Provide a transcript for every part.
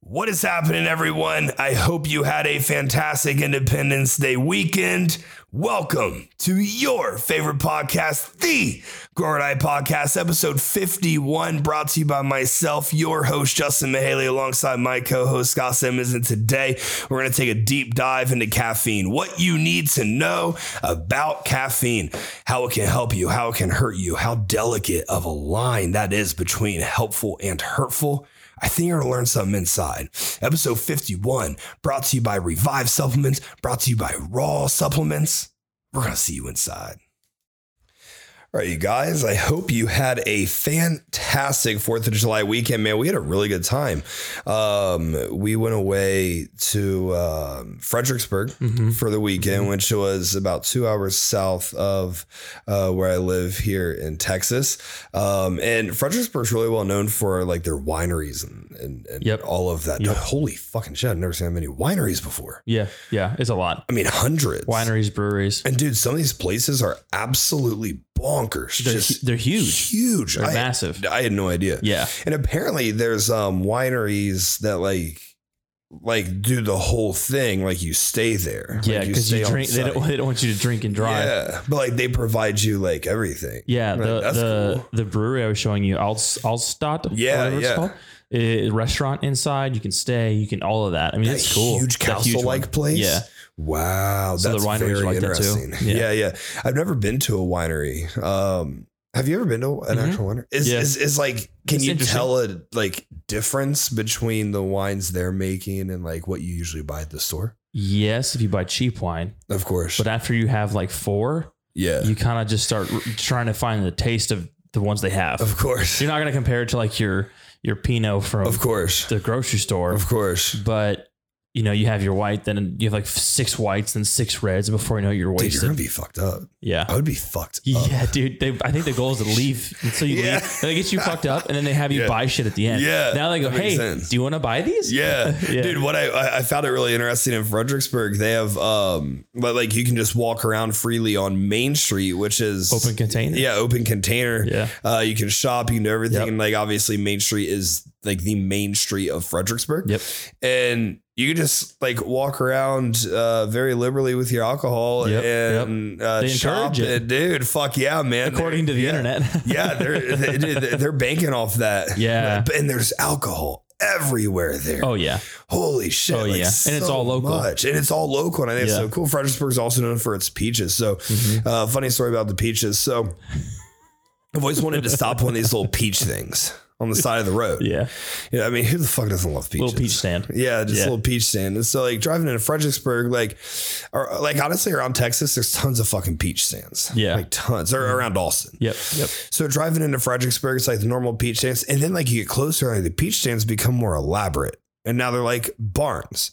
What is happening, everyone? I hope you had a fantastic Independence Day weekend. Welcome to your favorite podcast, the Gord Eye Podcast, episode 51, brought to you by myself, your host, Justin Mahaley, alongside my co host, Scott Simmons. And today we're going to take a deep dive into caffeine, what you need to know about caffeine, how it can help you, how it can hurt you, how delicate of a line that is between helpful and hurtful. I think you're gonna learn something inside. Episode 51, brought to you by Revive Supplements, brought to you by Raw Supplements. We're gonna see you inside. All right, you guys, I hope you had a fantastic 4th of July weekend, man. We had a really good time. Um, we went away to um Fredericksburg Mm-hmm. for the weekend, which was about two hours south of uh, where I live here in Texas. Um, and Fredericksburg's really well known for like their wineries and, and, and Yep. all of that. Yep. Holy fucking shit, I've never seen that many wineries before. Yeah, yeah, it's a lot. I mean, hundreds. Wineries, breweries, And dude, some of these places are absolutely bonkers. they're, Just they're huge. huge. They're I- massive. I had no idea. Yeah, And apparently there's um wineries that like like do the whole thing like you stay there. yeah, Like, because stay you, on drink. They don't, site. they don't want you to drink and drive. Yeah, Yeah, but like they provide you like everything. Right, the that's the, cool. the brewery I was showing you, Alst- Alstadt. or Yeah, whatever it's yeah. called, eh, restaurant inside. You can stay. You can all of that. I mean, That it's cool. huge That huge castle like one. place. Yeah, Wow, So the that's wineries are very like that too. interesting. Yeah. yeah, Yeah. I've never been to a winery. Um, have you ever been to an Mhm. actual winery? Is, Yeah. is, is like, can It's you interesting. tell a like difference between the wines they're making and like what you usually buy at the store? yes, if you buy cheap wine, Of course. but after you have like four, yeah. you kind of just start r- trying to find the taste of the ones they have. of course. You're not gonna compare it to like your your Pinot from Of course. the grocery store. Of course. but you know you have your white then you have like six whites then six reds and before you know it, you're Dude, you're wasted gonna be fucked up. I yeah would be fucked up. yeah dude they, i think the goal is to leave so you Yeah. leave they get you fucked up and then they have you Yeah. buy shit at the end Yeah, now they go that makes hey sense. do you want to buy these Yeah. Yeah. dude. What I- I I found it really interesting in Fredericksburg, they have um, but like you can just walk around freely on Main Street, which is open container Yeah, open container. yeah Uh, you can shop, you can do everything. Yep. And like obviously Main Street is like the main street of Fredericksburg. Yep. And you can just like walk around uh, very liberally with your alcohol Yep, and Uh, They shop. encourage it. And, dude, fuck yeah, man. according to the Yeah. internet yeah, they're they, dude, they're banking off that. Yeah. And there's alcohol everywhere there. oh yeah Holy shit. Oh, yeah. And it's all local. Much. And it's all local. And I think it's Yeah. so cool. Fredericksburg's also known for its peaches. So, Mhm. uh, funny story about the peaches. So, I've always wanted to stop one of these little peach things on the side of the road. Yeah. yeah I mean, who the fuck doesn't love peaches? little peach stand Yeah, just Yeah. a little peach stand. And so, like driving into Fredericksburg, like, or like honestly, around Texas, there's tons of fucking peach stands. Yeah. like tons. Or around Austin. yep yep So driving into Fredericksburg, it's like the normal peach stands, and then like you get closer, like the peach stands become more elaborate, and now they're like barns.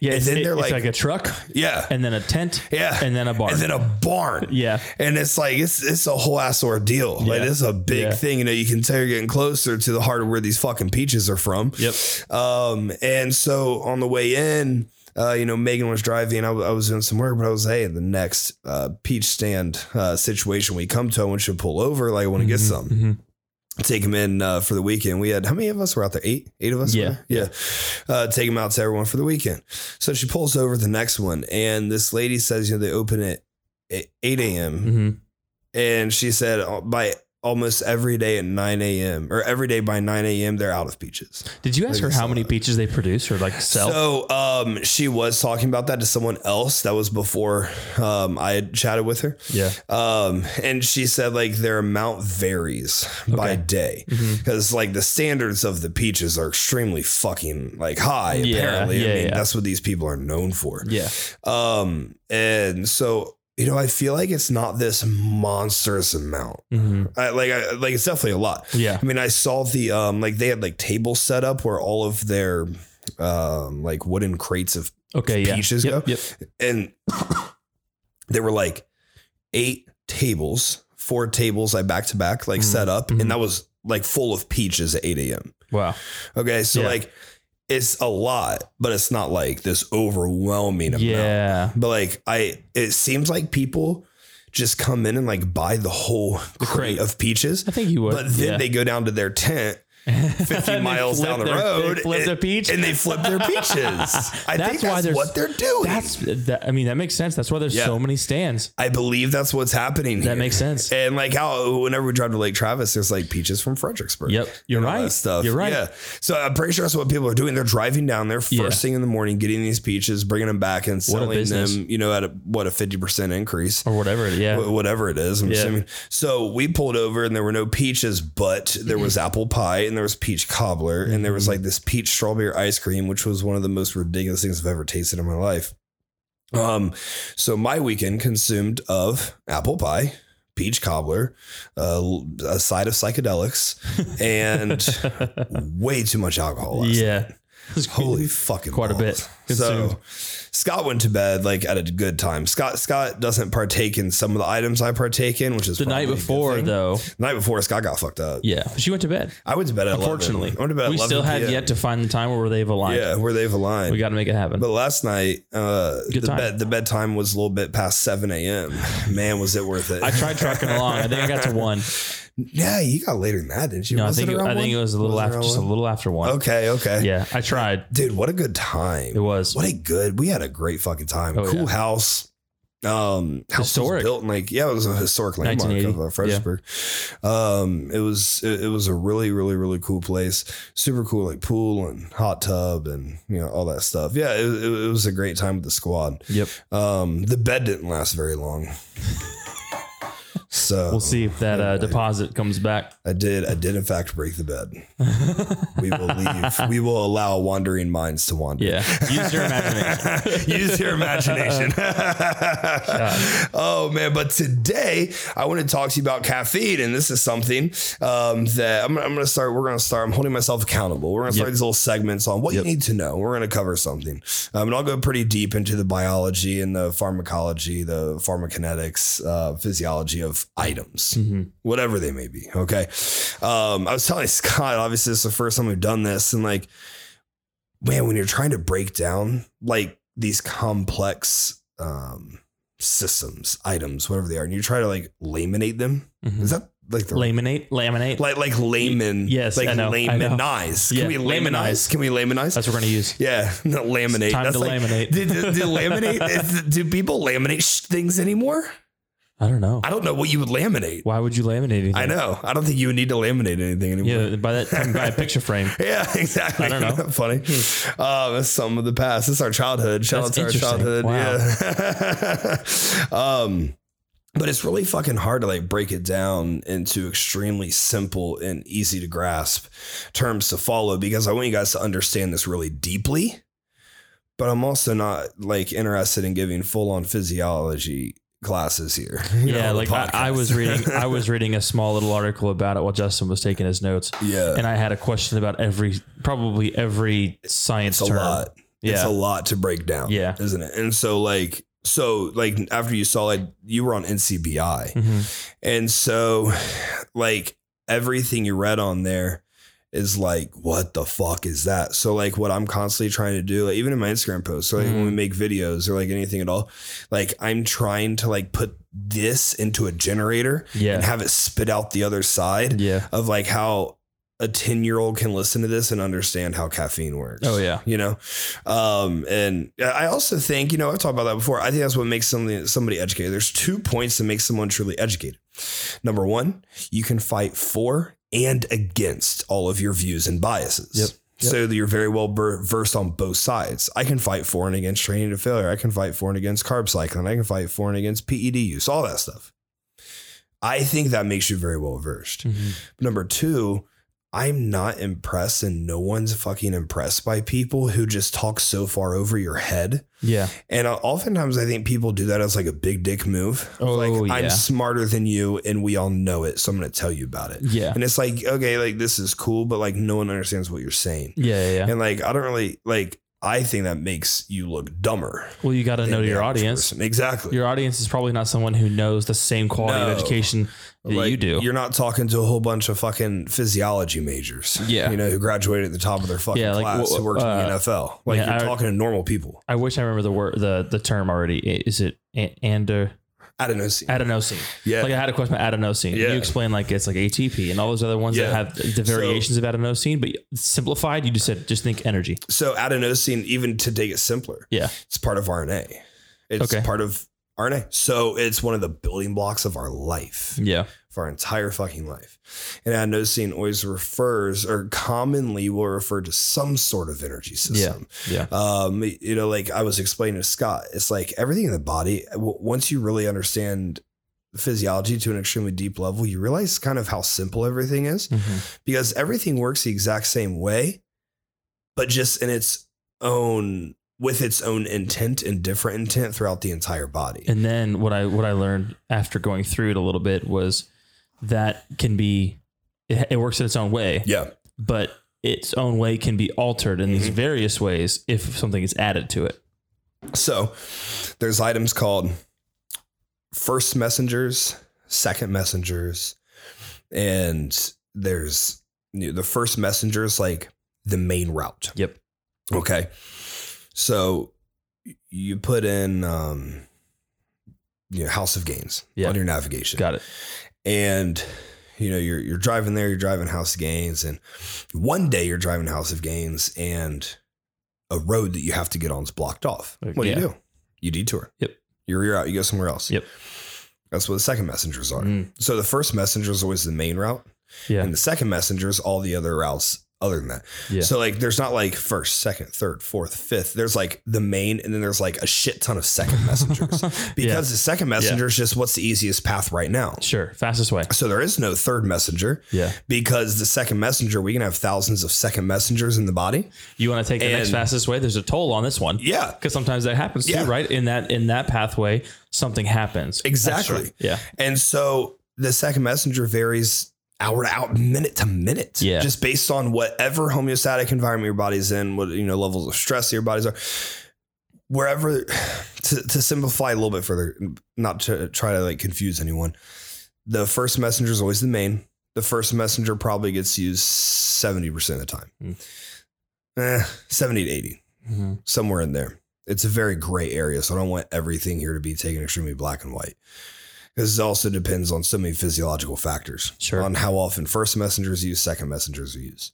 yeah And it's, then it- they're it's like- like, a truck Yeah, and then a tent yeah, and then a bar and then a barn. yeah And it's like it's it's a whole ass ordeal. Like Yeah. it's a big Yeah. thing. You know, you can tell you're getting closer to the heart of where these fucking peaches are from. yep Um, and so on the way in, uh, you know, Megan was driving. I, w- I was doing some work, but I was hey, the next uh, peach stand uh, situation we come to, I want you to pull over. Like I want to get Mhm, some. mhm. take him in uh, for the weekend. We had how many of us were out there? Eight, eight of us. were Yeah. there? yeah. Uh, take him out to everyone for the weekend. So she pulls over the next one, and this lady says, you know, they open it at eight a.m. Mhm. and she said uh, by almost every day at nine a.m. or every day by nine a.m. they're out of peaches. did you ask her Maybe how some- many peaches they produce or like sell So um, she was talking about that to someone else. That was before um, I had chatted with her, yeah um, and she said like their amount varies by Okay. day. Mhm. because like the standards of the peaches are extremely fucking like high Yeah, apparently i yeah, mean yeah. that's what these people are known for yeah um and so you know i feel like it's not this monstrous amount hmm I, like I, like it's definitely a lot yeah i mean i saw the um like they had like tables set up where all of their um like wooden crates of Okay. Yeah. Peaches yep, go? Yep. and they were like eight tables four tables like back to back like Mhm. set up Mhm. and that was like full of peaches at 8 a.m Wow. Okay, so Yeah. like it's a lot, but it's not like this overwhelming amount. Yeah. But like I it seems like people just come in and like buy the whole crate crate. of peaches, I think you would. but then yeah. they go down to their tent 50 And they miles flip down the their- they road flip and, their peach? and they flip their peaches. I think That's why that's there's- what they're doing. That's that, I mean that makes sense. That's why there's Yeah. so many stands. I believe that's what's happening. That here. makes sense. And like how whenever we drive to Lake Travis, there's like peaches from Fredericksburg. Yep. You're and all that right. Stuff. You're right. Yeah. So I'm pretty sure that's what people are doing. They're driving down there first Yeah. thing in the morning, getting these peaches, bringing them back, and selling business. them. You know, at a, what a fifty percent increase. Or whatever. Yeah. wh- Whatever it is, I'm Yeah. assuming. So we pulled over and there were no peaches, but there was Mm-hmm. apple pie and there was peach cobbler and there was like this peach strawberry ice cream, which was one of the most ridiculous things I've ever tasted in my life. Um, so my weekend consumed of apple pie, peach cobbler, uh, l- a side of psychedelics, and way too much alcohol. last yeah. Holy fucking Quite a balls. bit consumed. So Scott went to bed like at a good time. Scott Scott doesn't partake in some of the items I partake in, which is the probably night a good before thing. though. The night before Scott got fucked up. Yeah. She went to bed. I went to bed at Unfortunately. 11. I went to bed at we 11 still have PM. yet to find the time where they've aligned. Yeah, where they've aligned. We gotta make it happen. but last night, uh, Good the time. bed the bedtime was a little bit past seven a.m. Man, was it worth it? I tried trucking along. I think I got to one. yeah, you got later than that, didn't you? No, I Was think it it, around I think it one? was a little it after, around just a one? little after one. Okay, okay. Yeah, I tried. dude, what a good time. It was. What a good. We had a great fucking time. Oh, cool yeah. house. Um, house Historic. was built in like yeah, it was a historic landmark of 1980. uh, Fredericksburg. Um, it was it, it was a really really really cool place. Super cool like pool and hot tub and you know all that stuff. Yeah, it, it, it was a great time with the squad. Yep. Um, the bed didn't last very long. So We'll see if that uh, deposit comes back. I did. I did in fact break the bed. we will leave. We will allow wandering minds to wander. Yeah. Use your imagination. Use your imagination. oh man! But today I want to talk to you about caffeine, and this is something um, that I'm, I'm going to start. We're going to start. I'm holding myself accountable. We're going to start Yep. these little segments on what Yep. you need to know. We're going to cover something, um, and I'll go pretty deep into the biology and the pharmacology, the pharmacokinetics, uh, physiology of items Mhm. whatever they may be. Okay. Um, I was telling Scott, obviously, this is the first time we've done this. And like, man, when you're trying to break down like these complex um, systems, items, whatever they are, and you try to like laminate them, Mhm. is that like the Laminate, laminate. like like layman? Yes, like I know, I know. laminize. Can Yeah, we laminize. laminize? Can we laminize? That's what we're going to use. yeah, no, laminate. Time That's to like, laminate. Do, do, do laminate? is- do people laminate sh- things anymore? I don't know. I don't know what you would laminate. Why would you laminate anything? I know. I don't think you would need to laminate anything anymore. Yeah, by that time, by a picture frame. Yeah, exactly. I don't know. Hmm. Funny. Uh, that's some of the past. It's our childhood. Shout That's out to our childhood. interesting. Yeah. um, but it's really fucking hard to like break it down into extremely simple and easy to grasp terms to follow because I want you guys to understand this really deeply. But I'm also not like interested in giving full on physiology classes here. you know, Yeah, on the like I, I podcast. was reading, I was reading a small little article about it while Justin was taking his notes, yeah. and I had a question about every, probably every science it's a term. lot. Yeah, it's a lot to break down Yeah. isn't it and so like so like after you saw it you were on ncbi Mhm. and so like everything you read on there is like what the fuck is that so like what i'm constantly trying to do like even in my instagram posts so like when we Mm-hmm. make videos or like anything at all like i'm trying to like put this into a generator yeah, and have it spit out the other side yeah. of like how a 10 year old can listen to this and understand how caffeine works Oh yeah, you know um and i also think you know i've talked about that before i think that's what makes something somebody educated there's two points that make someone truly educated number one you can fight for and against all of your views and biases Yep. Yep. So that you're very well ver- versed on both sides. I can fight for and against training to failure. I can fight for and against carb cycling. I can fight for and against PED use. All that stuff. I think that makes you very well versed. Mhm. Number two, I'm not impressed, and no one's fucking impressed by people who just talk so far over your head. yeah. And uh, oftentimes, I think people do that as like a big dick move. Oh, like yeah. I'm smarter than you, and we all know it, so I'm going to tell you about it. Yeah. And it's like, okay, like this is cool, but like no one understands what you're saying. Yeah. Yeah. yeah. And like, I don't really like. I think that makes you look dumber. Well, you got to than know the your average audience. person. Exactly. Your audience is probably not someone who knows the same quality No. of education that Like, you do. You're not talking to a whole bunch of fucking physiology majors. Yeah. You know, who graduated at the top of their fucking Yeah, like, class wh- who worked in the uh, NFL. Like yeah, you're I- talking to normal people. I wish I remember the word, the the term already. I- Is it a- ander? Adenosine. adenosine. Yeah. Like I had a question about adenosine. Yeah. You explained like it's like ATP and all those other ones Yeah. that have the variations of adenosine, but simplified, you just said just think energy. so adenosine, even to take it simpler, Yeah. it's part of RNA. It's Okay. part of RNA. So it's one of the building blocks of our life, Yeah. of our entire fucking life. And adenosine always refers or commonly will refer to some sort of energy system. Yeah. um you know like i was explaining to scott it's like everything in the body w- once you really understand physiology to an extremely deep level you realize kind of how simple everything is Mm-hmm. because everything works the exact same way but just in its own with its own intent and different intent throughout the entire body And then what I what I learned after going through it a little bit was that can be it, it works in its own way, yeah but its own way can be altered in Mm-hmm. these various ways if something is added to it. so there's items called first messengers second messengers and there's you know, the first messenger is like the main route Yep. Okay. So y- you put in um you know, House of Gains Yeah. on your navigation. Got it. and you know, you're you're driving there, you're driving House of Gains, and one day you're driving House of Gains and a road that you have to get on is blocked off. Like, What Uh, yeah. do you do? You detour. Yep. You rear out, you go somewhere else. Yep. That's what the second messengers are. Mm. So the first messenger is always the main route, Yeah. and the second messenger is all the other routes other than that. Yeah. So like there's not like first, second, third, fourth, fifth. There's like the main and then there's like a shit ton of second messengers. Because the second messenger is just what's the easiest path right now. Sure. Fastest way. So there is no third messenger Yeah. because the second messenger, we can have thousands of second messengers in the body. You want to take the next And- fastest way? There's a toll on this one. Yeah. because sometimes that happens Yeah. too, right? In that in that pathway, something happens. Exactly. That's right. Yeah. And so the second messenger varies hour to hour, minute to minute, Yeah. just based on whatever homeostatic environment your body's in, what you know levels of stress your bodies are. Wherever to, to simplify a little bit further, not to try to like confuse anyone. The first messenger is always the main. The first messenger probably gets used seventy percent of the time, Mm. Eh, seventy to eighty somewhere in there. It's a very gray area, so I don't want everything here to be taken extremely black and white. Because it also depends on so many physiological factors Sure. on how often first messengers use, second messengers are used.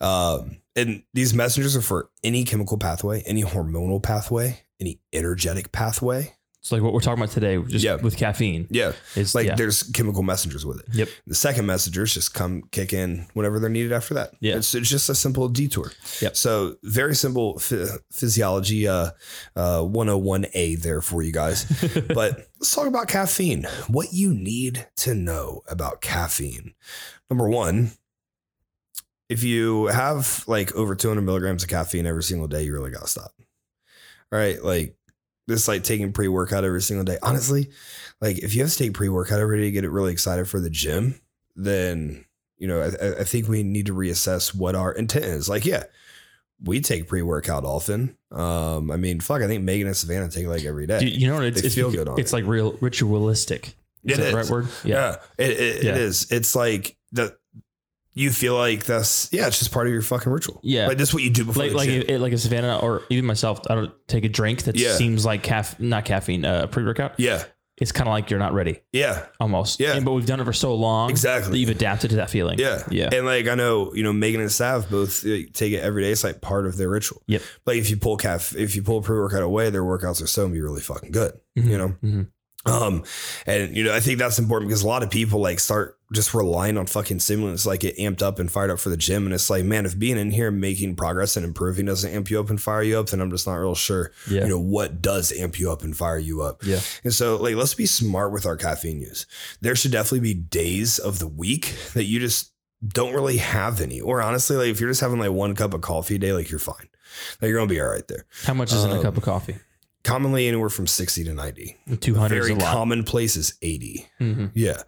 Um, and these messengers are for any chemical pathway, any hormonal pathway, any energetic pathway. It's like what we're talking about today, just Yeah. with caffeine. Yeah. It's Like yeah. there's chemical messengers with it. Yep. The second messengers just come kick in whenever they're needed after that. Yeah. It's, it's just a simple detour. Yep. So very simple phy- physiology uh, uh, 101A there for you guys. but let's talk about caffeine. What you need to know about caffeine. Number one, if you have like over 200 milligrams of caffeine every single day, you really got to stop. All right. Like this, like taking pre workout every single day. Honestly, like if you have to take pre workout every day to get it really excited for the gym, then, you know, I- I, I think we need to reassess what our intent is. Like, yeah, we take pre workout often. Um, I mean, fuck, I think Megan and Savannah take it, like every day. Dude, you know what it's, They it's, feel good on it's it. like real ritualistic. It Is that the is. right word? Yeah, it, it, Yeah. it is. It's like the you feel like that's yeah, it's just part of your fucking ritual. Yeah. like that's what you do before. Like the like gym. if, like if Savannah or even myself, I don't take a drink that Yeah. seems like caff not caffeine, uh, pre workout. yeah, It's kind of like you're not ready yeah, almost. Yeah. And- but we've done it for so long Exactly. that you've adapted to that feeling. yeah, Yeah. And like I know you know Megan and Sav both like, take it every day. It's like part of their ritual. Yep. Like if you pull calf, if you pull pre workout away, their workouts are so be really fucking good. Mhm. You know. Mhm. Um, and you know, I think that's important because a lot of people like start just relying on fucking stimulants, like get amped up and fired up for the gym. And it's like, man, if being in here making progress and improving doesn't amp you up and fire you up, then I'm just not real sure, Mm-hmm. Yeah. you know, what does amp you up and fire you up. Yeah. And so, like, let's be smart with our caffeine use. There should definitely be days of the week that you just don't really have any, or honestly, like if you're just having like one cup of coffee a day, like you're fine, like you're gonna be all right there. How much is in a cup Um, of coffee? Commonly, anywhere from 60 to 90. 200 is Very a lot. common place is 80. Mhm. Yeah.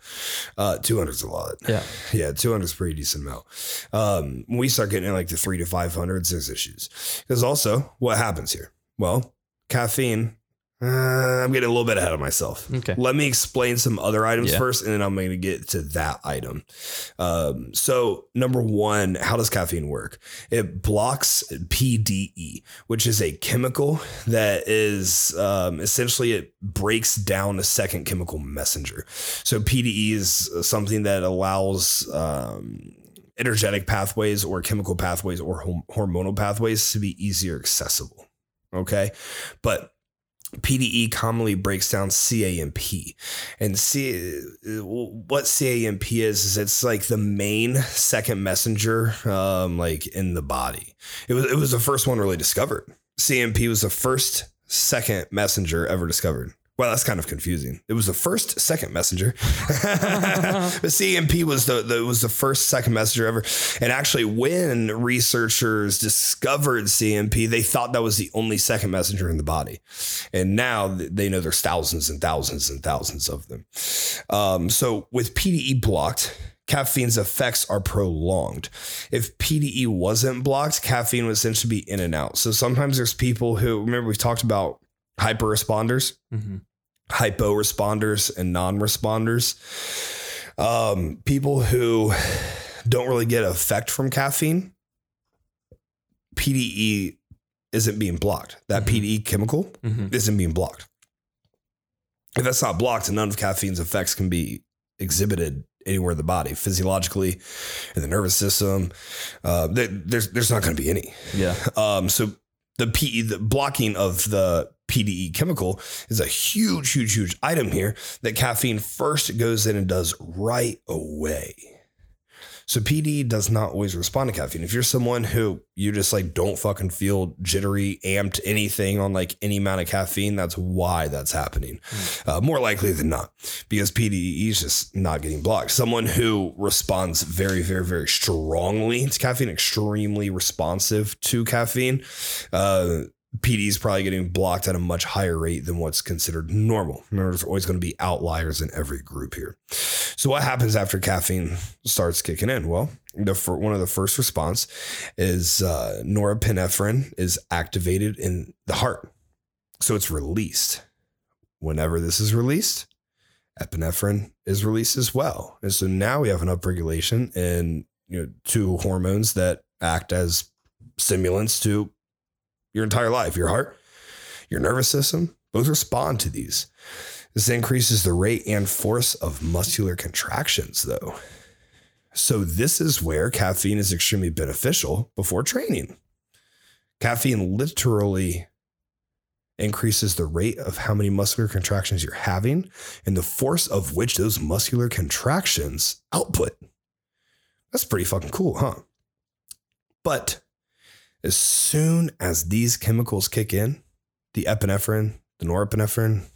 Uh, 200's a lot. Yeah. Yeah. 200's a pretty decent amount. Um, when we start getting in like the three to 500s, there's issues. Because also, what happens here? Well, caffeine Uh, I'm getting a little bit ahead of myself. Okay. Let me explain some other items Yeah. first, and then I'm going to get to that item. Um, so, number one, how does caffeine work? It blocks PDE, which is a chemical that is um, essentially it breaks down a second chemical messenger. So, PDE is something that allows. Um, energetic pathways or chemical pathways or hom- hormonal pathways to be easier accessible okay but PDE E commonly breaks down CAMP. And C, what CAMP is, is it's like the main second messenger, um, like in the body. It was, it was the first one really discovered. CAMP was the first second messenger ever discovered. Well, that's kind of confusing. It was the first second messenger. but CMP was the, the was the first second messenger ever. And actually, when researchers discovered CMP, they thought that was the only second messenger in the body. And now th- they know there's thousands and thousands and thousands of them. Um, so with PDE blocked, caffeine's effects are prolonged. If PDE wasn't blocked, caffeine would essentially be in and out. So sometimes there's people who remember we've talked about hyper responders Mhm. hypo responders and non responders. Um, people who don't really get effect from caffeine, PDE isn't being blocked. That Mhm. PDE chemical Mhm. isn't being blocked. If that's not blocked, none of caffeine's effects can be exhibited anywhere in the body, physiologically, in the nervous system. Uh, there- there's there's not going to be any. Yeah. Um, so the PE, the blocking of the PDE chemical is a huge, huge, huge item here that caffeine first goes in and does right away. So PDE does not always respond to caffeine. If you're someone who you just like don't fucking feel jittery, amped, anything on like any amount of caffeine, that's why that's happening. Uh, more likely than not, because PDE is just not getting blocked. Someone who responds very, very, very strongly to caffeine, extremely responsive to caffeine, uh, PD is probably getting blocked at a much higher rate than what's considered normal. Remember, there's always going to be outliers in every group here. So, what happens after caffeine starts kicking in? Well, the fir- one of the first response is uh, norepinephrine is activated in the heart, so it's released. Whenever this is released, epinephrine is released as well, and so now we have an upregulation in you know two hormones that act as stimulants to your entire life, your heart, your nervous system, both respond to these. This increases the rate and force of muscular contractions, though. So, this is where caffeine is extremely beneficial before training. Caffeine literally increases the rate of how many muscular contractions you're having and the force of which those muscular contractions output. That's pretty fucking cool, huh? But as soon as these chemicals kick in, the epinephrine, the norepinephrine, as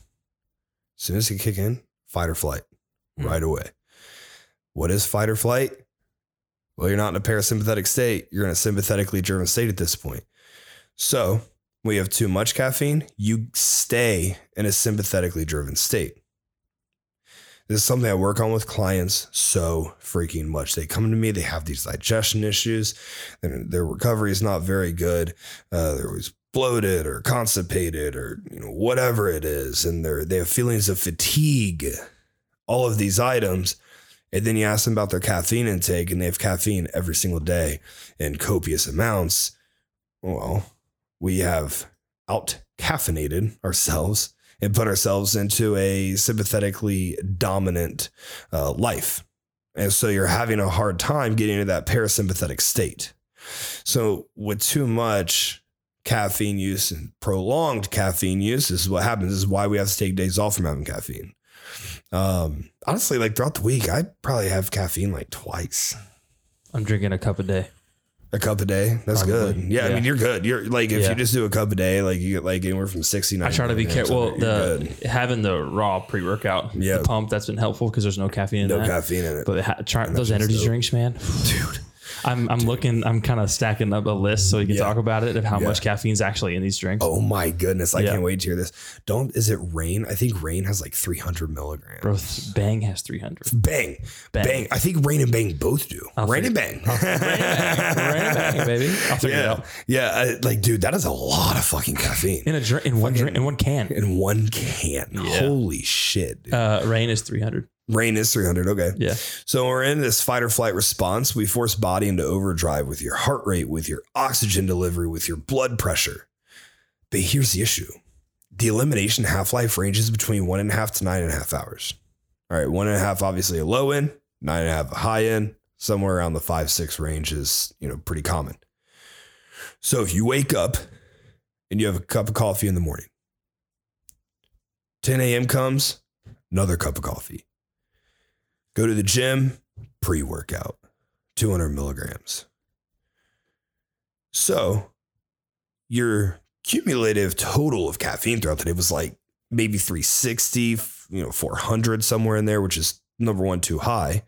soon as they kick in, fight or flight Mm. right away. What is fight or flight? Well, you're not in a parasympathetic state. You're in a sympathetically driven state at this point. So when you have too much caffeine, you stay in a sympathetically driven state. This is something I work on with clients so freaking much. They come to me, they have these digestion issues, their, their recovery is not very good. Uh, they're always bloated or constipated or you know whatever it is, and they're they have feelings of fatigue. All of these items, and then you ask them about their caffeine intake, and they have caffeine every single day in copious amounts. Well, we have out caffeinated ourselves and put ourselves into a sympathetically dominant uh, life. And so you're having a hard time getting into that parasympathetic state. So, with too much caffeine use and prolonged caffeine use, this is what happens. This is why we have to take days off from having caffeine. Um, honestly, like throughout the week, I probably have caffeine like twice I'm drinking a cup a day. a cup a day. That's Probably. good. Yeah, I Yeah. mean, you're good. You're like, if Yeah. you just do a cup a day, like you get like anywhere from 69. I try to be careful. Well, You're the having the raw pre workout, Yeah. the pump that's been helpful because there's no caffeine in no that. caffeine in it. But ha- try, And those that's energy dope. drinks, man. Dude, I'm I'm looking. I'm kind of stacking up a list so we can Yeah. talk about it of how Yeah. much caffeine's actually in these drinks. Oh my goodness. I Yeah. can't wait to hear this. Don't, is it rain? I think rain has like 300 milligrams. Bro, Bang has 300. Bang, bang, Bang. I think Rain and Bang both do. I'll rain, and figure- bang. Bang, bang, baby. I'll figure it Yeah, out. yeah. I- like, dude, that is a lot of fucking caffeine In a drink, in one Fucking- drink, in one can. in one can. Yeah. Holy shit! dude. Uh, rain is 300. rain is three hundred. Okay, Yeah. so we're in this fight or flight response. We force body into overdrive with your heart rate, with your oxygen delivery, with your blood pressure. But here's the issue the elimination half life ranges between one and a half to nine and a half hours. All right, one and a half, obviously a low end, nine and a half, a high end, somewhere around the five, six range is, you know, pretty common. So if you wake up and you have a cup of coffee in the morning, 10 a.m. comes, another cup of coffee. Go to the gym, pre workout, 200 milligrams. So your cumulative total of caffeine throughout the day was like maybe 360, f- you know, 400 somewhere in there, which is number one, too high.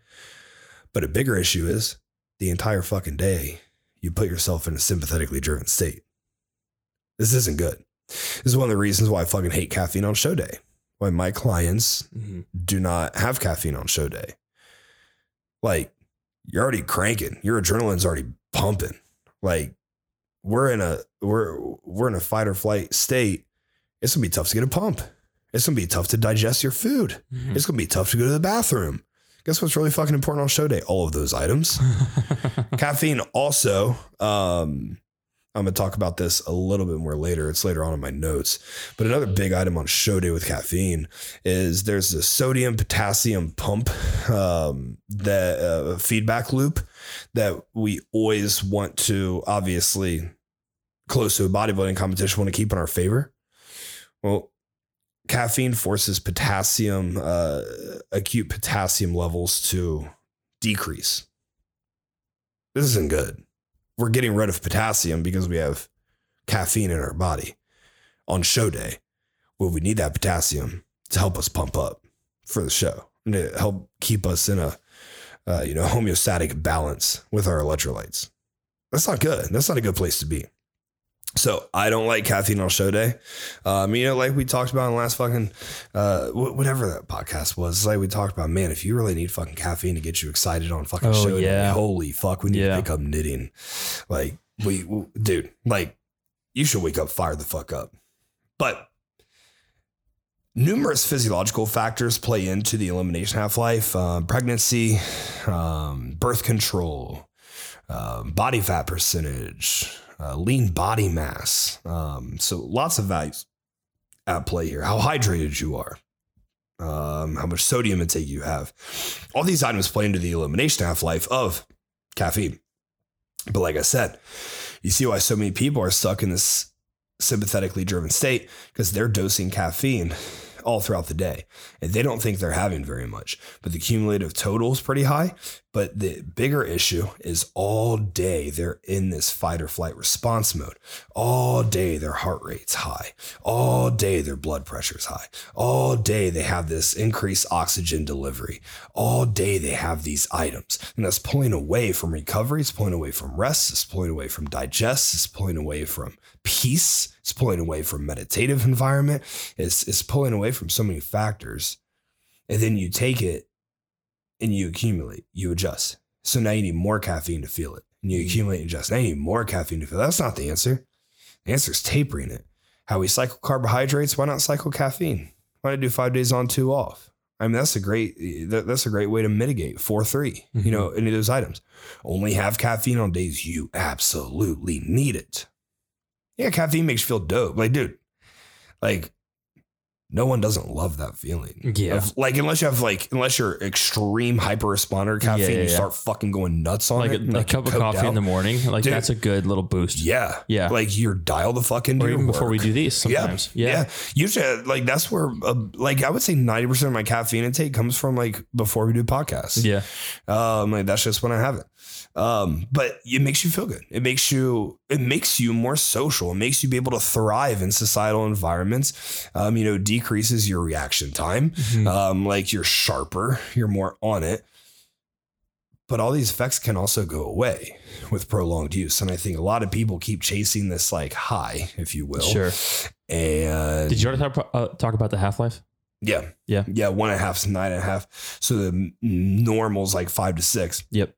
But a bigger issue is the entire fucking day, you put yourself in a sympathetically driven state. This isn't good. This is one of the reasons why I fucking hate caffeine on show day. Why my clients Mhm. do not have caffeine on show day. Like you're already cranking, your adrenaline's already pumping. Like we're in a we're we're in a fight or flight state. It's gonna be tough to get a pump. It's gonna be tough to digest your food. Mhm. It's gonna be tough to go to the bathroom. Guess what's really fucking important on show day? All of those items caffeine also um i'm gonna talk about this a little bit more later it's later on in my notes but another big item on show day with caffeine is there's the sodium potassium pump um that uh, feedback loop that we always want to obviously close to a bodybuilding competition want to keep in our favor well caffeine forces potassium uh, acute potassium levels to decrease this isn't good. We're getting rid of potassium because we have caffeine in our body on show day. Well, we need that potassium to help us pump up for the show and to help keep us in a uh, you know homeostatic balance with our electrolytes. That's not good. That's not a good place to be. So I don't like caffeine on show day. Um, you know, like we talked about in the last fucking uh, wh- whatever that podcast was. It's like we talked about, man, if you really need fucking caffeine to get you excited on fucking Oh, show day, yeah. holy fuck, we need Yeah. to pick up knitting. Like we, we, dude, like you should wake up, fire the fuck up. But numerous physiological factors play into the elimination half life: uh, pregnancy, um, birth control, um, body fat percentage, uh, lean body mass. Um, so lots of values at play here. How hydrated you are. Um, how much sodium intake you have. All these items play into the elimination half life of caffeine. But like I said, you see why so many people are stuck in this sympathetically driven state because they're dosing caffeine all throughout the day and they don't think they're having very much. But the cumulative total is pretty high. But the bigger issue is all day they're in this fight or flight response mode. All day their heart rate's high. All day their blood pressure's high. All day they have this increased oxygen delivery. All day they have these items. And that's pulling away from recovery, it's pulling away from rest, it's pulling away from digest, it's pulling away from peace, it's pulling away from meditative environment, it's it's pulling away from so many factors. And then you take it and you accumulate, you adjust. So now you need more caffeine to feel it. And you accumulate and adjust. Now you need more caffeine to feel it. That's not the answer. The answer is tapering it. How we cycle carbohydrates, why not cycle caffeine? Why not do five days on, two off? I mean, that's a great that, that's a great way to mitigate four three, you know, any of those items. Only have caffeine on days you absolutely need it. Yeah, caffeine makes you feel dope. Like, dude, like no one doesn't love that feeling. Yeah. Of- like unless you have like unless you're extreme hyper responder caffeine, yeah, you yeah. start fucking going nuts on like it. a, and, a cup of you're coffee coked in the out. morning. Like Dude. that's a good little boost. Yeah. Yeah. Like you're dial the fuck into or your even before we work. do these sometimes. Yeah. Yeah. Usually, uh, like, that's where, uh, like, I would say 90% of my caffeine intake comes from, like, before we do podcasts. Yeah. Um, like, that's just when I have it. Um, but it makes you feel good. It makes you, it makes you more social. It makes you be able to thrive in societal environments. Um, you know, decreases your reaction time. Mhm. Um, like, you're sharper, you're more on it. But all these effects can also go away with prolonged use. And I think a lot of people keep chasing this like high, if you will. Sure. And Did you already talk, uh, talk about the half life? yeah. Yeah. Yeah. One and a half to nine and a half. So the n- normal's like five to six. Yep.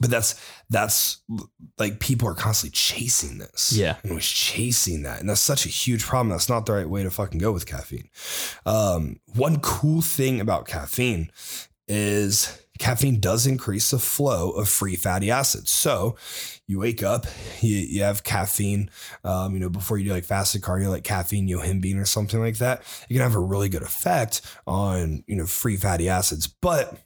But that's, that's like people are constantly chasing this. Yeah. And was chasing that. And that's such a huge problem. That's not the right way to fucking go with caffeine. Um, one cool thing about caffeine is caffeine does increase the flow of free fatty acids. So you wake up, you, you have caffeine, um, you know, before you do like fasted cardio, like caffeine, yohimbine or something like that, you can have a really good effect on, you know, free fatty acids. But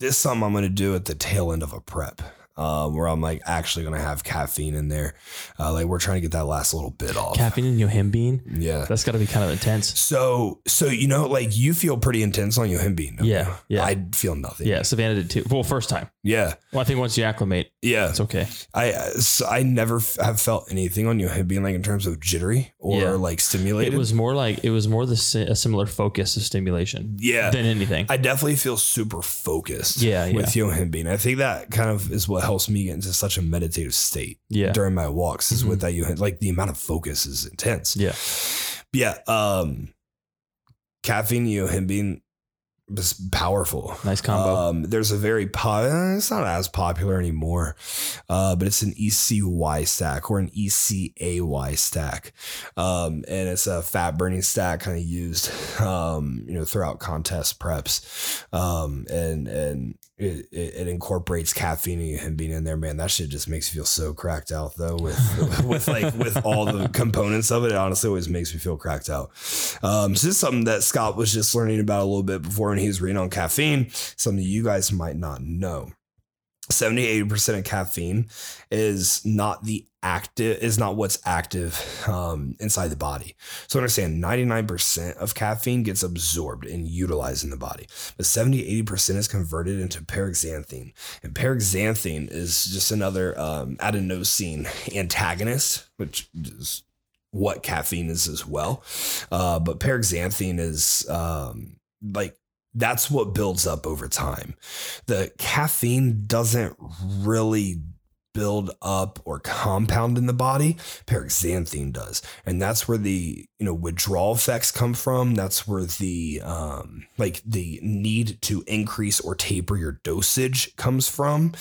this is something I'm going to do at the tail end of a prep. Um, where I'm like actually gonna have caffeine in there, uh, like we're trying to get that last little bit off. Caffeine and yohimbine. yeah. That's got to be kind of intense. So so you know like you feel pretty intense on yohimbine. don't Yeah, you? yeah. I feel nothing. Yeah, Savannah did too. Well, first time. Yeah. Well, I think once you acclimate, Yeah. it's okay. I uh, so I never f- have felt anything on Yohimbine like in terms of jittery or Yeah. like It stimulated. was more like it was more the si- a similar focus of stimulation yeah. than anything. I definitely feel super focused. Yeah, yeah. with Yohimbine, I think that kind of is what helps me get into such a meditative state yeah, during my walks. Is Mhm. with that Yohimbine, like the amount of focus is intense. yeah, But yeah. Um, caffeine Yohimbine is powerful. nice combo. Um, there's a very pop. eh, It's not as popular anymore, uh, but it's an ECY stack or an E ECAY stack, um, and it's a fat burning stack kind of used, um, you know, throughout contest preps, um, and and it, it, it incorporates caffeine and him being in there. Man, that shit just makes you feel so cracked out though. With with like with all the components of it, it honestly always makes me feel cracked out. Um, so this is something that Scott was just learning about a little bit before, and he was reading on caffeine, something you guys might not know. 70 80% of caffeine is not the active is not what's active um, inside the body so understand 99% of caffeine gets absorbed and utilized in the body but 70 80% is converted into paraxanthine and paraxanthine is just another um, adenosine antagonist which is what caffeine is as well uh, but paraxanthine is um, like that's what builds up over time the caffeine doesn't really build up or compound in the body paraxanthine does and that's where the you know withdrawal effects come from that's where the um like the need to increase or taper your dosage comes from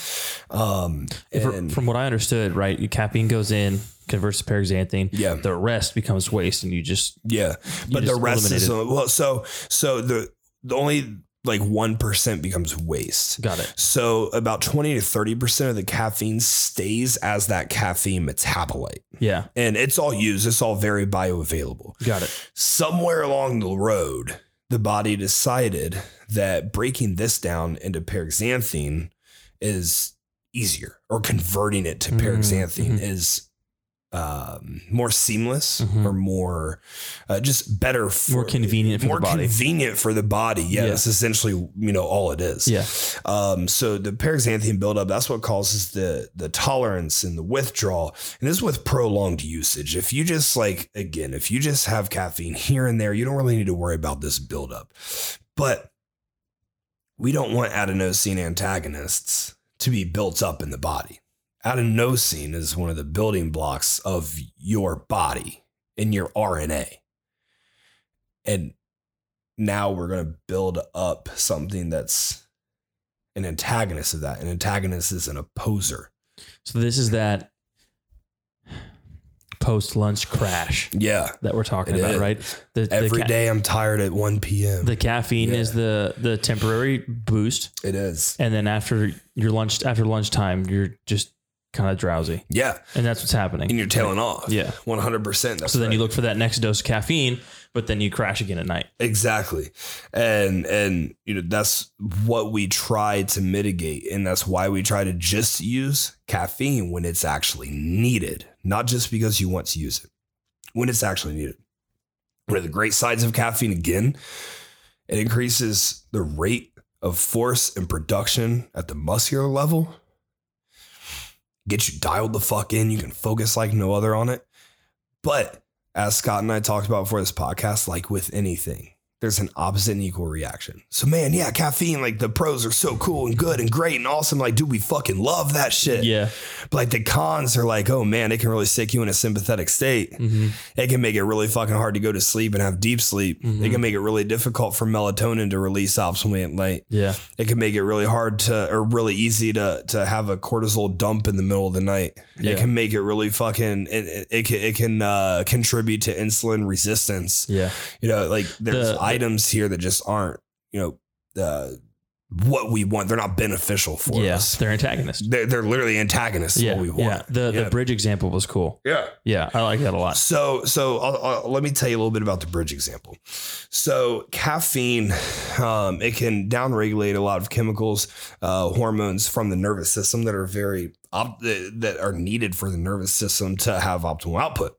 um Fr- and, from what I understood, right, your caffeine goes in, converts to paraxanthine. yeah The rest becomes waste, and you just yeah you but the just rest eliminate is it. well so so the the only like 1% becomes waste got it. So about 20 to 30% of the caffeine stays as that caffeine metabolite. Yeah, And it's all used, it's all very bioavailable. got it. Somewhere along the road, the body decided that breaking this down into paraxanthine is easier or converting it to Mm, paraxanthine mhm. is um, more seamless Mhm. or more uh, just better for More convenient for more the body. convenient for the body. Yeah, Yeah. that's essentially you know all it is. Yeah. Um, so the paraxanthine buildup that's what causes the the tolerance and the withdrawal, and this is with prolonged usage. If you just like again, if you just have caffeine here and there, you don't really need to worry about this buildup. But we don't want adenosine antagonists to be built up in the body. Adenosine is one of the building blocks of your body and your RNA and now we're going to build up something that's an antagonist of that an antagonist is an opposer So this is that post lunch crash yeah that we're talking It about, is. right? The, the every ca- i'm tired at 1 p.m The caffeine Yeah. is the the temporary boost, it is and then after your lunch after lunchtime, you're just kind of drowsy, yeah and that's what's happening. and you're tailing off Yeah. 100% that's so then right. you look for that next dose of caffeine, but then you crash again at night. exactly and and you know that's what we try to mitigate and that's why we try to just use caffeine when it's actually needed not just because you want to use it when it's actually needed one of the great sides of caffeine again it increases the rate of force and production at the muscular level get you dialed the fuck in you can focus like no other on it but as Scott and I talked about before this podcast, like with anything, there's an opposite and equal reaction. So man, yeah, caffeine, like the pros are so cool and good and great and awesome. Like, dude, we fucking love that shit. Yeah. But like the cons are like, oh man, it can really stick you in a sympathetic state. Mm-hmm. It can make it really fucking hard to go to sleep and have deep sleep. It Mhm. can make it really difficult for melatonin to release optimally at night. Yeah. It can make it really hard to or really easy to to have a cortisol dump in the middle of the night. Yeah. It can make it really fucking it, it, it can it can uh, contribute to insulin resistance Yeah. you know like there's The- items here that just aren't you know uh, what we want they're not beneficial for yeah. us They're antagonists. they're, they're literally antagonists to yeah. what we yeah. want The Yeah. the bridge example was cool. yeah Yeah. I like that a lot. so so I'll, I'll- let me tell you a little bit about the bridge example so caffeine um, it can downregulate a lot of chemicals uh, hormones from the nervous system that are very op- uh, that are needed for the nervous system to have optimal output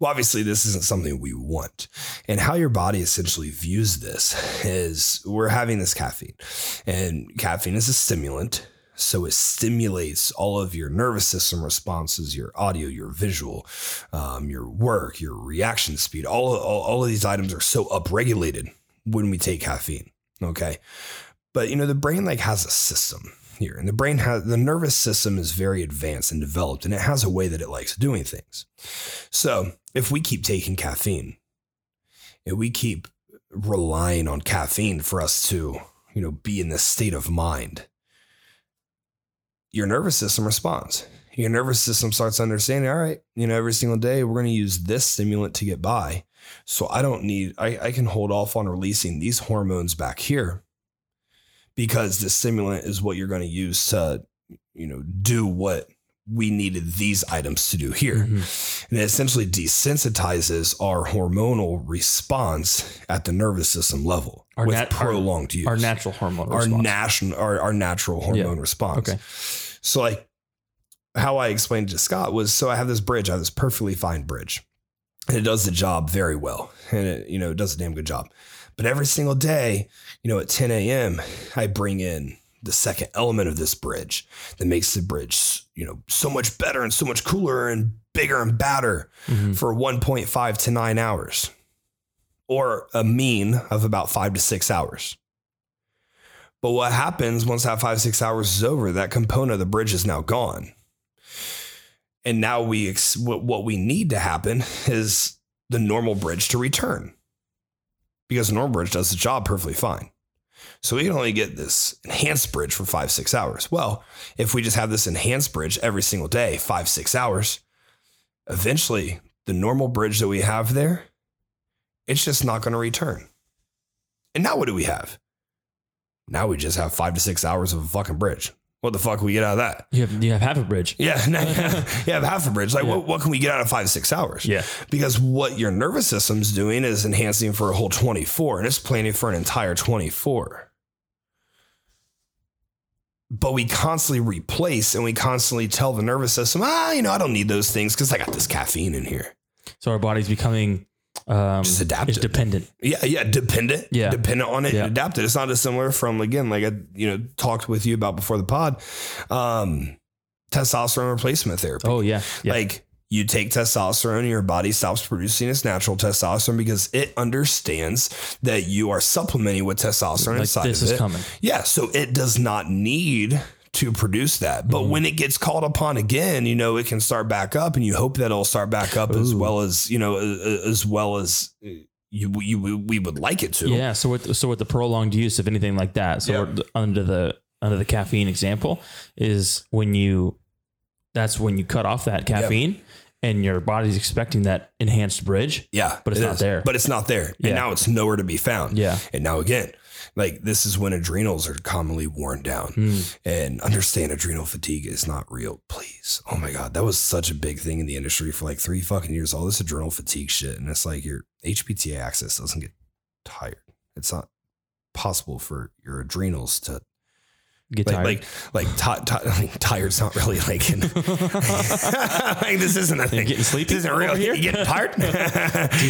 well, obviously, this isn't something we want. And how your body essentially views this is we're having this caffeine, and caffeine is a stimulant. So it stimulates all of your nervous system responses, your audio, your visual, um, your work, your reaction speed. All, all, all of these items are so upregulated when we take caffeine. Okay. But, you know, the brain like has a system here, and the brain has the nervous system is very advanced and developed, and it has a way that it likes doing things. So if we keep taking caffeine, and we keep relying on caffeine for us to, you know, be in this state of mind, your nervous system responds. Your nervous system starts understanding, all right, you know, every single day we're going to use this stimulant to get by. So I don't need, I, I can hold off on releasing these hormones back here because the stimulant is what you're going to use to, you know, do what we needed these items to do here Mhm. and it essentially desensitizes our hormonal response at the nervous system level Our with nat- our- prolonged use. Our natural hormone our response. national our, our natural hormone response. Okay. So like how I explained it to Scott was so I have this bridge, I have this perfectly fine bridge. And it does the job very well. And it, you know, it does a damn good job. But every single day, you know, at 10 a.m., I bring in the second element of this bridge that makes the bridge, you know, so much better and so much cooler and bigger and badder Mhm. for 1.5 to 9 hours or a mean of about 5 to 6 hours but what happens once that 5 6 hours is over that component of the bridge is now gone and now we ex- what what we need to happen is the normal bridge to return because the normal bridge does the job perfectly fine so we can only get this enhanced bridge for 5 6 hours well if we just have this enhanced bridge every single day 5 6 hours eventually the normal bridge that we have there, it's just not going to return. And now what do we have? Now we just have five to six hours of a fucking bridge. What the fuck we get out of that? You have you have half a bridge. Yeah, now you have you have half a bridge. Like, Yeah. what, what can we get out of five to six hours? Yeah. Because what your nervous system's doing is enhancing for a whole 24 and it's planning for an entire 24. But we constantly replace and we constantly tell the nervous system, ah, you know, I don't need those things because I got this caffeine in here. So our body's becoming um, Just It's adapted. dependent. Yeah, yeah, dependent. Yeah. dependent on it, Yeah. adapted. It's not dissimilar from again, like I you know talked with you about before the pod, um, testosterone replacement therapy. Oh yeah. Yeah. Like you take testosterone, and your body stops producing its natural testosterone because it understands that you are supplementing with testosterone Like, inside this of is it. coming. Yeah, so it does not need to produce that. But Mhm. when it gets called upon again, you know, it can start back up and you hope that it'll start back up as Ooh. well as, you know, a- a- as well as uh, you, you we would like it to. Yeah. So with so with the prolonged use of anything like that, so Yeah. we're under the under the caffeine example is when you that's when you cut off that caffeine and your body's expecting that enhanced bridge. Yeah, But it's it not there. But it's not there. Yeah. And now it's nowhere to be found. Yeah. And now again, like this is when adrenals are commonly worn down. Mm. and understand adrenal fatigue is not real, please. Oh my God, that was such a big thing in the industry for like three fucking years. All this adrenal fatigue shit, and it's like your HPTA axis doesn't get tired. It's not possible for your adrenals to Get Like, tired. like, like, ti- ti- like tired's not really like, an- like this isn't a thing. getting sleepy This isn't real. over here? You getting tired? you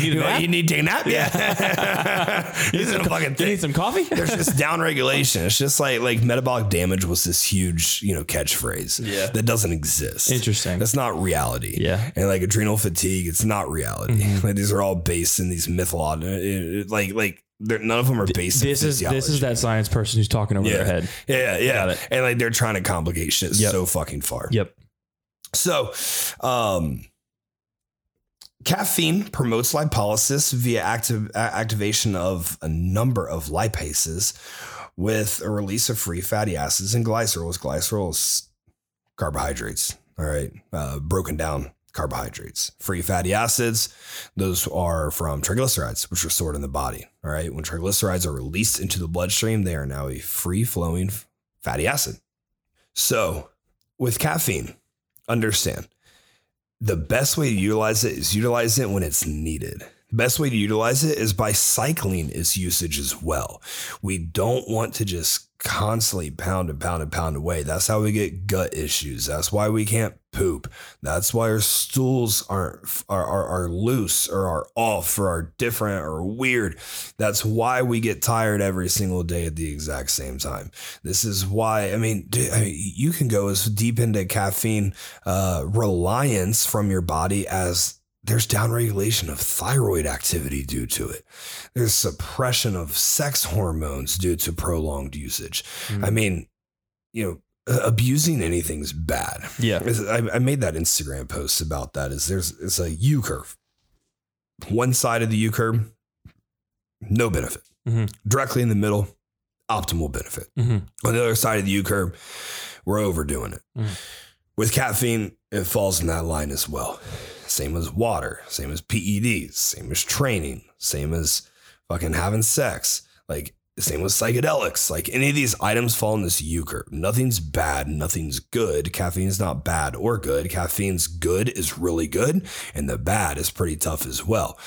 need a nap? You need to take a nap? Yeah. this isn't a fucking you thing. need some coffee? There's just down regulation. It's just like like metabolic damage was this huge, you know, catchphrase Yeah. that doesn't exist. Interesting. That's not reality. Yeah. Mm-hmm. And like adrenal fatigue, it's not reality. Like these are all based in these mythologies. Like like they're, none of them are based. This in is this is that science person who's talking over Yeah. their head. Yeah, yeah. Got it. And like they're trying to complicate shit Yep. so fucking far. Yep. So, um, caffeine promotes lipolysis via active, a- activation of a number of lipases with a release of free fatty acids and glycerols. Glycerols, carbohydrates, all right, uh, broken down carbohydrates. Free fatty acids, those are from triglycerides, which are stored in the body, all right. When triglycerides are released into the bloodstream, they are now a free flowing fatty acid. So, with caffeine, understand the best way to utilize it is utilize it when it's needed. The best way to utilize it is by cycling its usage as well. We don't want to just constantly pound and pound and pound away. That's how we get gut issues. That's why we can't poop. That's why our stools aren't are, are, are loose or are off or are different or weird. That's why we get tired every single day at the exact same time. This is why I mean, dude, I mean, you can go as deep into caffeine uh, reliance from your body as there's downregulation of thyroid activity due to it. There's suppression of sex hormones due to prolonged usage. I mean, you know, uh, abusing anything's bad. Yeah. Is- I, I made that Instagram post about that. Is there's it's a U curve. One side of the U curve, no benefit. Mhm. Directly in the middle, optimal benefit. hmm On the other side of the U curve, we're overdoing it. Mhm. With caffeine, it falls in that line as well. Same as water, same as PEDs, same as training, same as fucking having sex. Like, same with psychedelics. Like, any of these items fall in this U curve. Nothing's bad, nothing's good. Caffeine's not bad or good. Caffeine's good is really good, and the bad is pretty tough as well.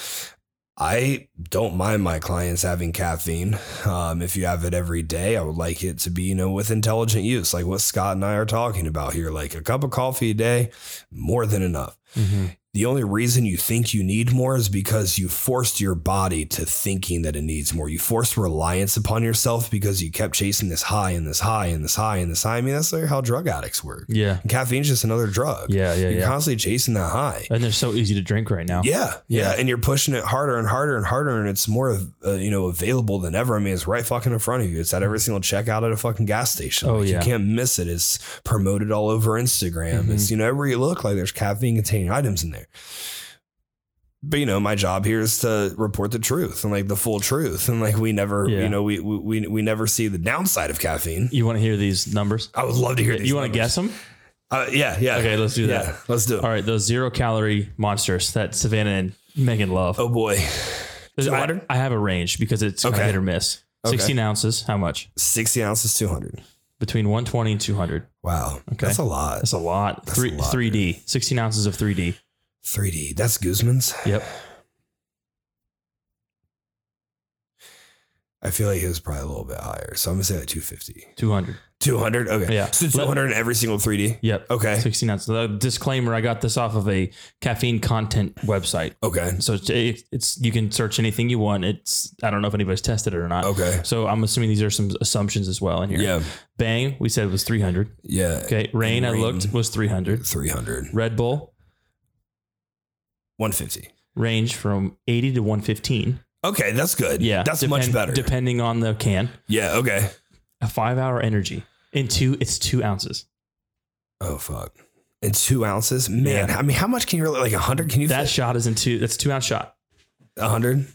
I don't mind my clients having caffeine. Um, if you have it every day, I would like it to be, you know, with intelligent use, like what Scott and I are talking about here. Like a cup of coffee a day, more than enough. hmm The only reason you think you need more is because you forced your body to thinking that it needs more. You forced reliance upon yourself because you kept chasing this high and this high and this high and this high. I mean, that's like how drug addicts work. Yeah. And caffeine's just another drug. Yeah. Yeah. You're Yeah. constantly chasing that high. And they're so easy to drink right now. Yeah, yeah, Yeah. and you're pushing it harder and harder and harder, and it's more, uh, you know, available than ever. I mean, it's right fucking in front of you. It's at every single checkout at a fucking gas station. Mm-hmm. Oh, Like, yeah. you can't miss it. It's promoted all over Instagram. It's Mm-hmm. you know, everywhere you look, like there's caffeine containing items in there. But you know, my job here is to report the truth and like the full truth, and like we never, Yeah. you know, we we we, we never see the downside of caffeine. You want to hear these numbers? I would love to hear. these You want to numbers. guess them? Uh, yeah, yeah. Okay, let's do yeah. that. Let's do it. All right, those zero calorie monsters that Savannah and Megan love. Oh boy, There's- I- water? I, have a range because it's kind Okay. of hit or miss. Okay. 16 ounces, how much? sixty ounces, two hundred. Between 120 and 200. Wow, Okay. that's a lot. That's a lot. That's Three, a lot, 3D, 16 ounces of 3D. 3D. That's Guzman's. Yep. I feel like it was probably a little bit higher. So I'm gonna say like 250. 200. 200. Okay. Yeah. So Let- 200 in every single 3D. Yep. Okay. 16 ounces. The disclaimer I got this off of a caffeine content website. Okay. So it's, it- it's you can search anything you want. It's I don't know if anybody's tested it or not. Okay. So I'm assuming these are some assumptions as well in here. Yeah. Bang, we said was 300. Yeah. Okay. Rain, I Rain. looked, was 300. 300. Red Bull, 150. range from 80 to 115. Okay. That's good. Yeah. That's depend- much better. Depending on the can. yeah. Okay. A five hour energy. In two, it's two ounces. Oh, fuck. And two ounces? Man. I mean, how much can you really, like 100? Can you That fit shot is in two, that's a two ounce shot. 100?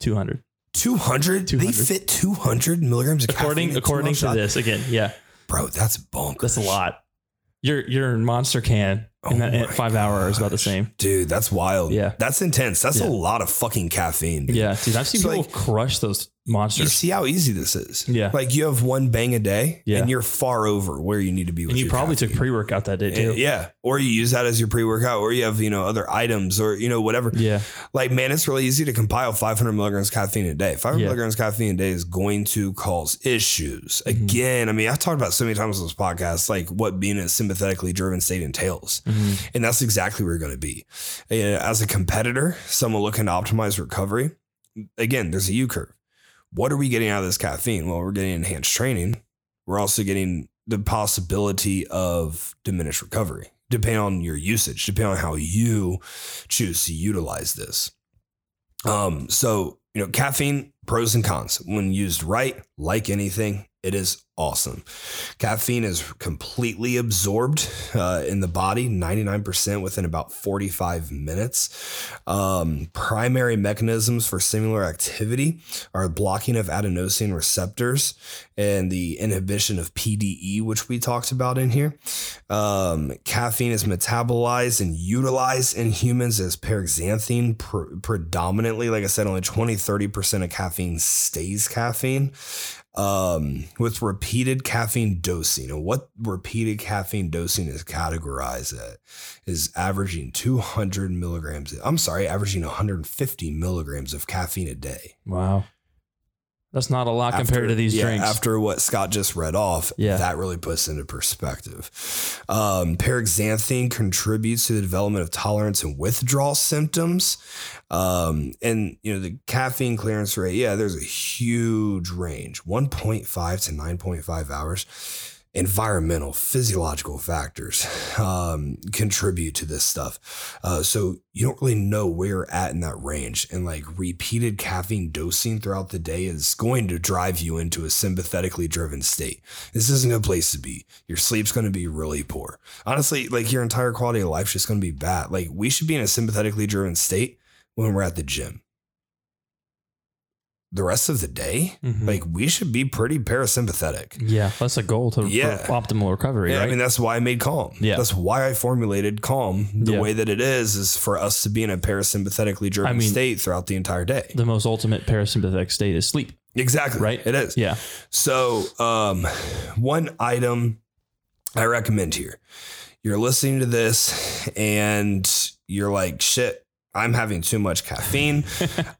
200. 200? They 200. fit 200 milligrams of caffeine According in two according ounce to shots? this, again, yeah, Bro, that's bonkers. that's a lot. Your your monster can Oh and that and five hour is about the same. Dude, that's wild. Yeah. That's intense. That's Yeah. a lot of fucking caffeine. dude. Yeah, dude, I've seen So, people like- crush those You monsters, see how easy this is. Yeah. Like you have one bang a day Yeah. and you're far over where you need to be with and you your probably took caffeine. pre workout that day And- too. Yeah. Or you use that as your pre workout, or you have, you know, other items or, you know, whatever. Yeah, Like, man, it's really easy to compile 500 milligrams caffeine a day. 500 Yeah. milligrams caffeine a day is going to cause issues. Mhm. Again, I mean, I've talked about so many times on this podcast, like what being in a sympathetically driven state entails. Mhm. And that's exactly where you're going to be. Uh, As a competitor, someone looking to optimize recovery, again, there's a U curve. What are we getting out of this caffeine? Well, we're getting enhanced training. We're also getting the possibility of diminished recovery, depending on your usage, depending on how you choose to utilize this. Um, so, you know, caffeine, pros and cons. When used right, like anything, it is awesome. Caffeine is completely absorbed uh, in the body, 99% within about 45 minutes. Um, primary mechanisms for similar activity are blocking of adenosine receptors and the inhibition of PDE, which we talked about in here. Um, caffeine is metabolized and utilized in humans as paraxanthine pr- predominantly. Like I said, only 20, 30% of caffeine stays caffeine um, with repeated caffeine dosing. And what repeated caffeine dosing is categorized at is averaging 200 milligrams. I'm sorry, averaging 150 milligrams of caffeine a day. wow, that's not a lot compared After- to these yeah, drinks. After what Scott just read off, Yeah. that really puts into perspective. Um, paraxanthine contributes to the development of tolerance and withdrawal symptoms. Um, and you know the caffeine clearance rate, yeah, there's a huge range, 1.5 to 9.5 hours. Environmental, physiological factors um, contribute to this stuff. Uh, so you don't really know where you're at in that range. And like repeated caffeine dosing throughout the day is going to drive you into a sympathetically driven state. This isn't a place to be. Your sleep's going to be really poor. Honestly, like your entire quality of life's just going to be bad. Like we should be in a sympathetically driven state when we're at the gym. The rest of the day, Mhm. like we should be pretty parasympathetic. yeah, that's a goal to for Yeah. optimal recovery, Yeah, right? I mean that's why I made calm. Yeah. that's why I formulated calm the Yeah. way that it is, is for us to be in a parasympathetically driven I mean- state throughout the entire day. the most ultimate parasympathetic state is sleep, Exactly Right. It is. yeah. So, um, one item I recommend here you're listening to this and you're like, shit, I'm having too much caffeine.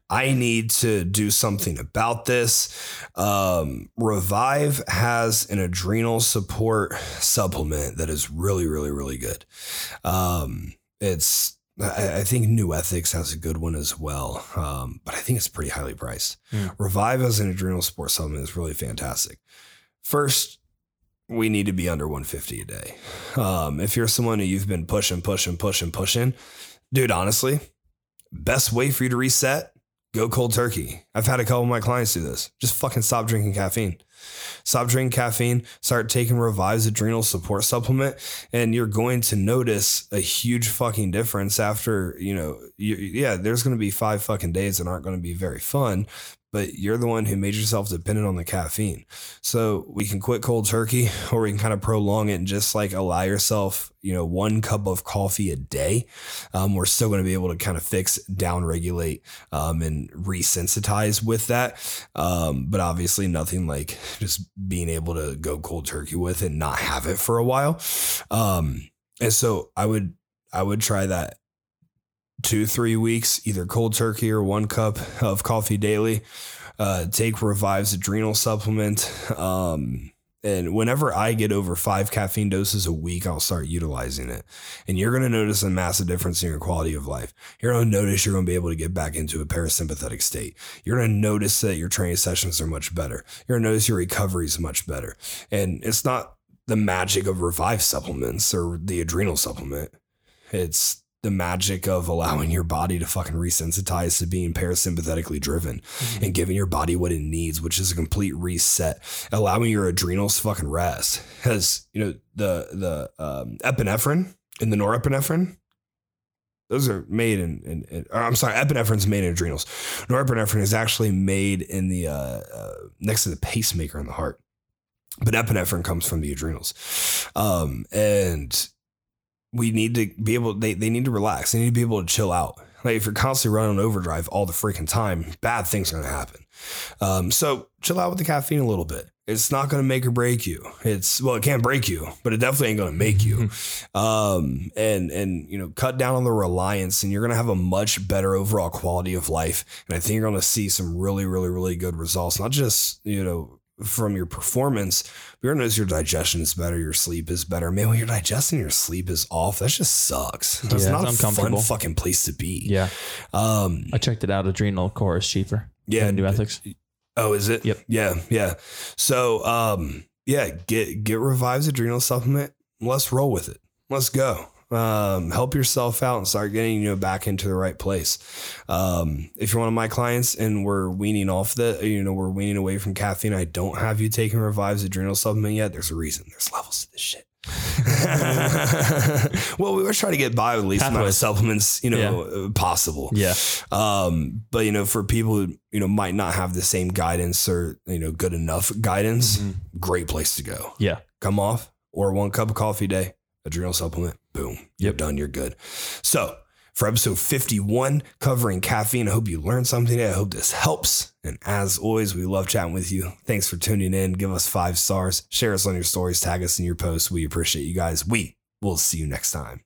I need to do something about this. Um, Revive has an adrenal support supplement that is really, really, really good. Um, it's, I I think New Ethics has a good one as well, um, but I think it's pretty highly priced. Hmm. Revive as an adrenal support supplement is really fantastic. First, we need to be under 150 a day. Um, if you're someone who you've been pushing, pushing, pushing, pushing, dude, honestly, best way for you to reset, go cold turkey. I've had a couple of my clients do this. Just fucking stop drinking caffeine. Stop drinking caffeine, start taking Revive's adrenal support supplement, and you're going to notice a huge fucking difference after, you know, you, yeah, there's going to be five fucking days that aren't going to be very fun, but you're the one who made yourself dependent on the caffeine. So we can quit cold turkey or we can kind of prolong it and just like allow yourself, you know, one cup of coffee a day. Um, we're still going to be able to kind of fix, down regulate, um, and resensitize with that. Um, but obviously, nothing like just being able to go cold turkey with and not have it for a while. Um, and so I would, I would try that two, three weeks, either cold turkey or one cup of coffee daily uh, take Revive's adrenal supplement. Um, and whenever I get over five caffeine doses a week, I'll start utilizing it. And you're going to notice a massive difference in your quality of life. You're going to notice you're going to be able to get back into a parasympathetic state. You're going to notice that your training sessions are much better. You're going to notice your recovery is much better. And it's not the magic of Revive supplements or the adrenal supplement, it's the magic of allowing your body to fucking resensitize to being parasympathetically driven and giving your body what it needs, which is a complete reset, allowing your adrenals fucking rest. Because you know the the um, epinephrine and the norepinephrine, those are made in, in, in or I'm sorry, epinephrine's made in adrenals. Norepinephrine is actually made in the uh, uh, next to the pacemaker in the heart, but epinephrine comes from the adrenals, um, and we need to be able they, they need to relax. They need to be able to chill out. Like if you're constantly running overdrive all the freaking time, bad things are gonna happen. Um, so chill out with the caffeine a little bit. It's not gonna make or break you. It's well, it can't break you, but it definitely ain't gonna make you. um, and and you know, cut down on the reliance, and you're gonna have a much better overall quality of life. And I think you're gonna see some really, really, really good results. Not just you know from your performance, but you're gonna notice your digestion is better, your sleep is better. Man, when you're digesting, your sleep is off. That just sucks. That's Yeah, not it's a fun uncomfortable. fucking place to be. Yeah. Um, I checked it out. Adrenal Core is cheaper. yeah. Than do ethics. Oh, is it? Yep. Yeah, yeah. So, um, yeah, get get revives adrenal supplement. Let's roll with it. Let's go. Um, help yourself out and start getting you know back into the right place. Um, if you're one of my clients and we're weaning off the, you know, we're weaning away from caffeine. I don't have you taking revives adrenal supplement yet. There's a reason. There's levels to this shit. well, we were trying to get by with the least amount of Pathways. supplements, you know, uh, possible. Yeah. Um, but you know, for people who you know might not have the same guidance or you know good enough guidance, Mhm. great place to go. Yeah. Come off or one cup of coffee a day, adrenal supplement, boom, you're done, you're good. So for episode 51 covering caffeine, I hope you learned something today. I hope this helps. And as always, we love chatting with you. Thanks for tuning in. Give us five stars, share us on your stories, tag us in your posts. We appreciate you guys. We will see you next time.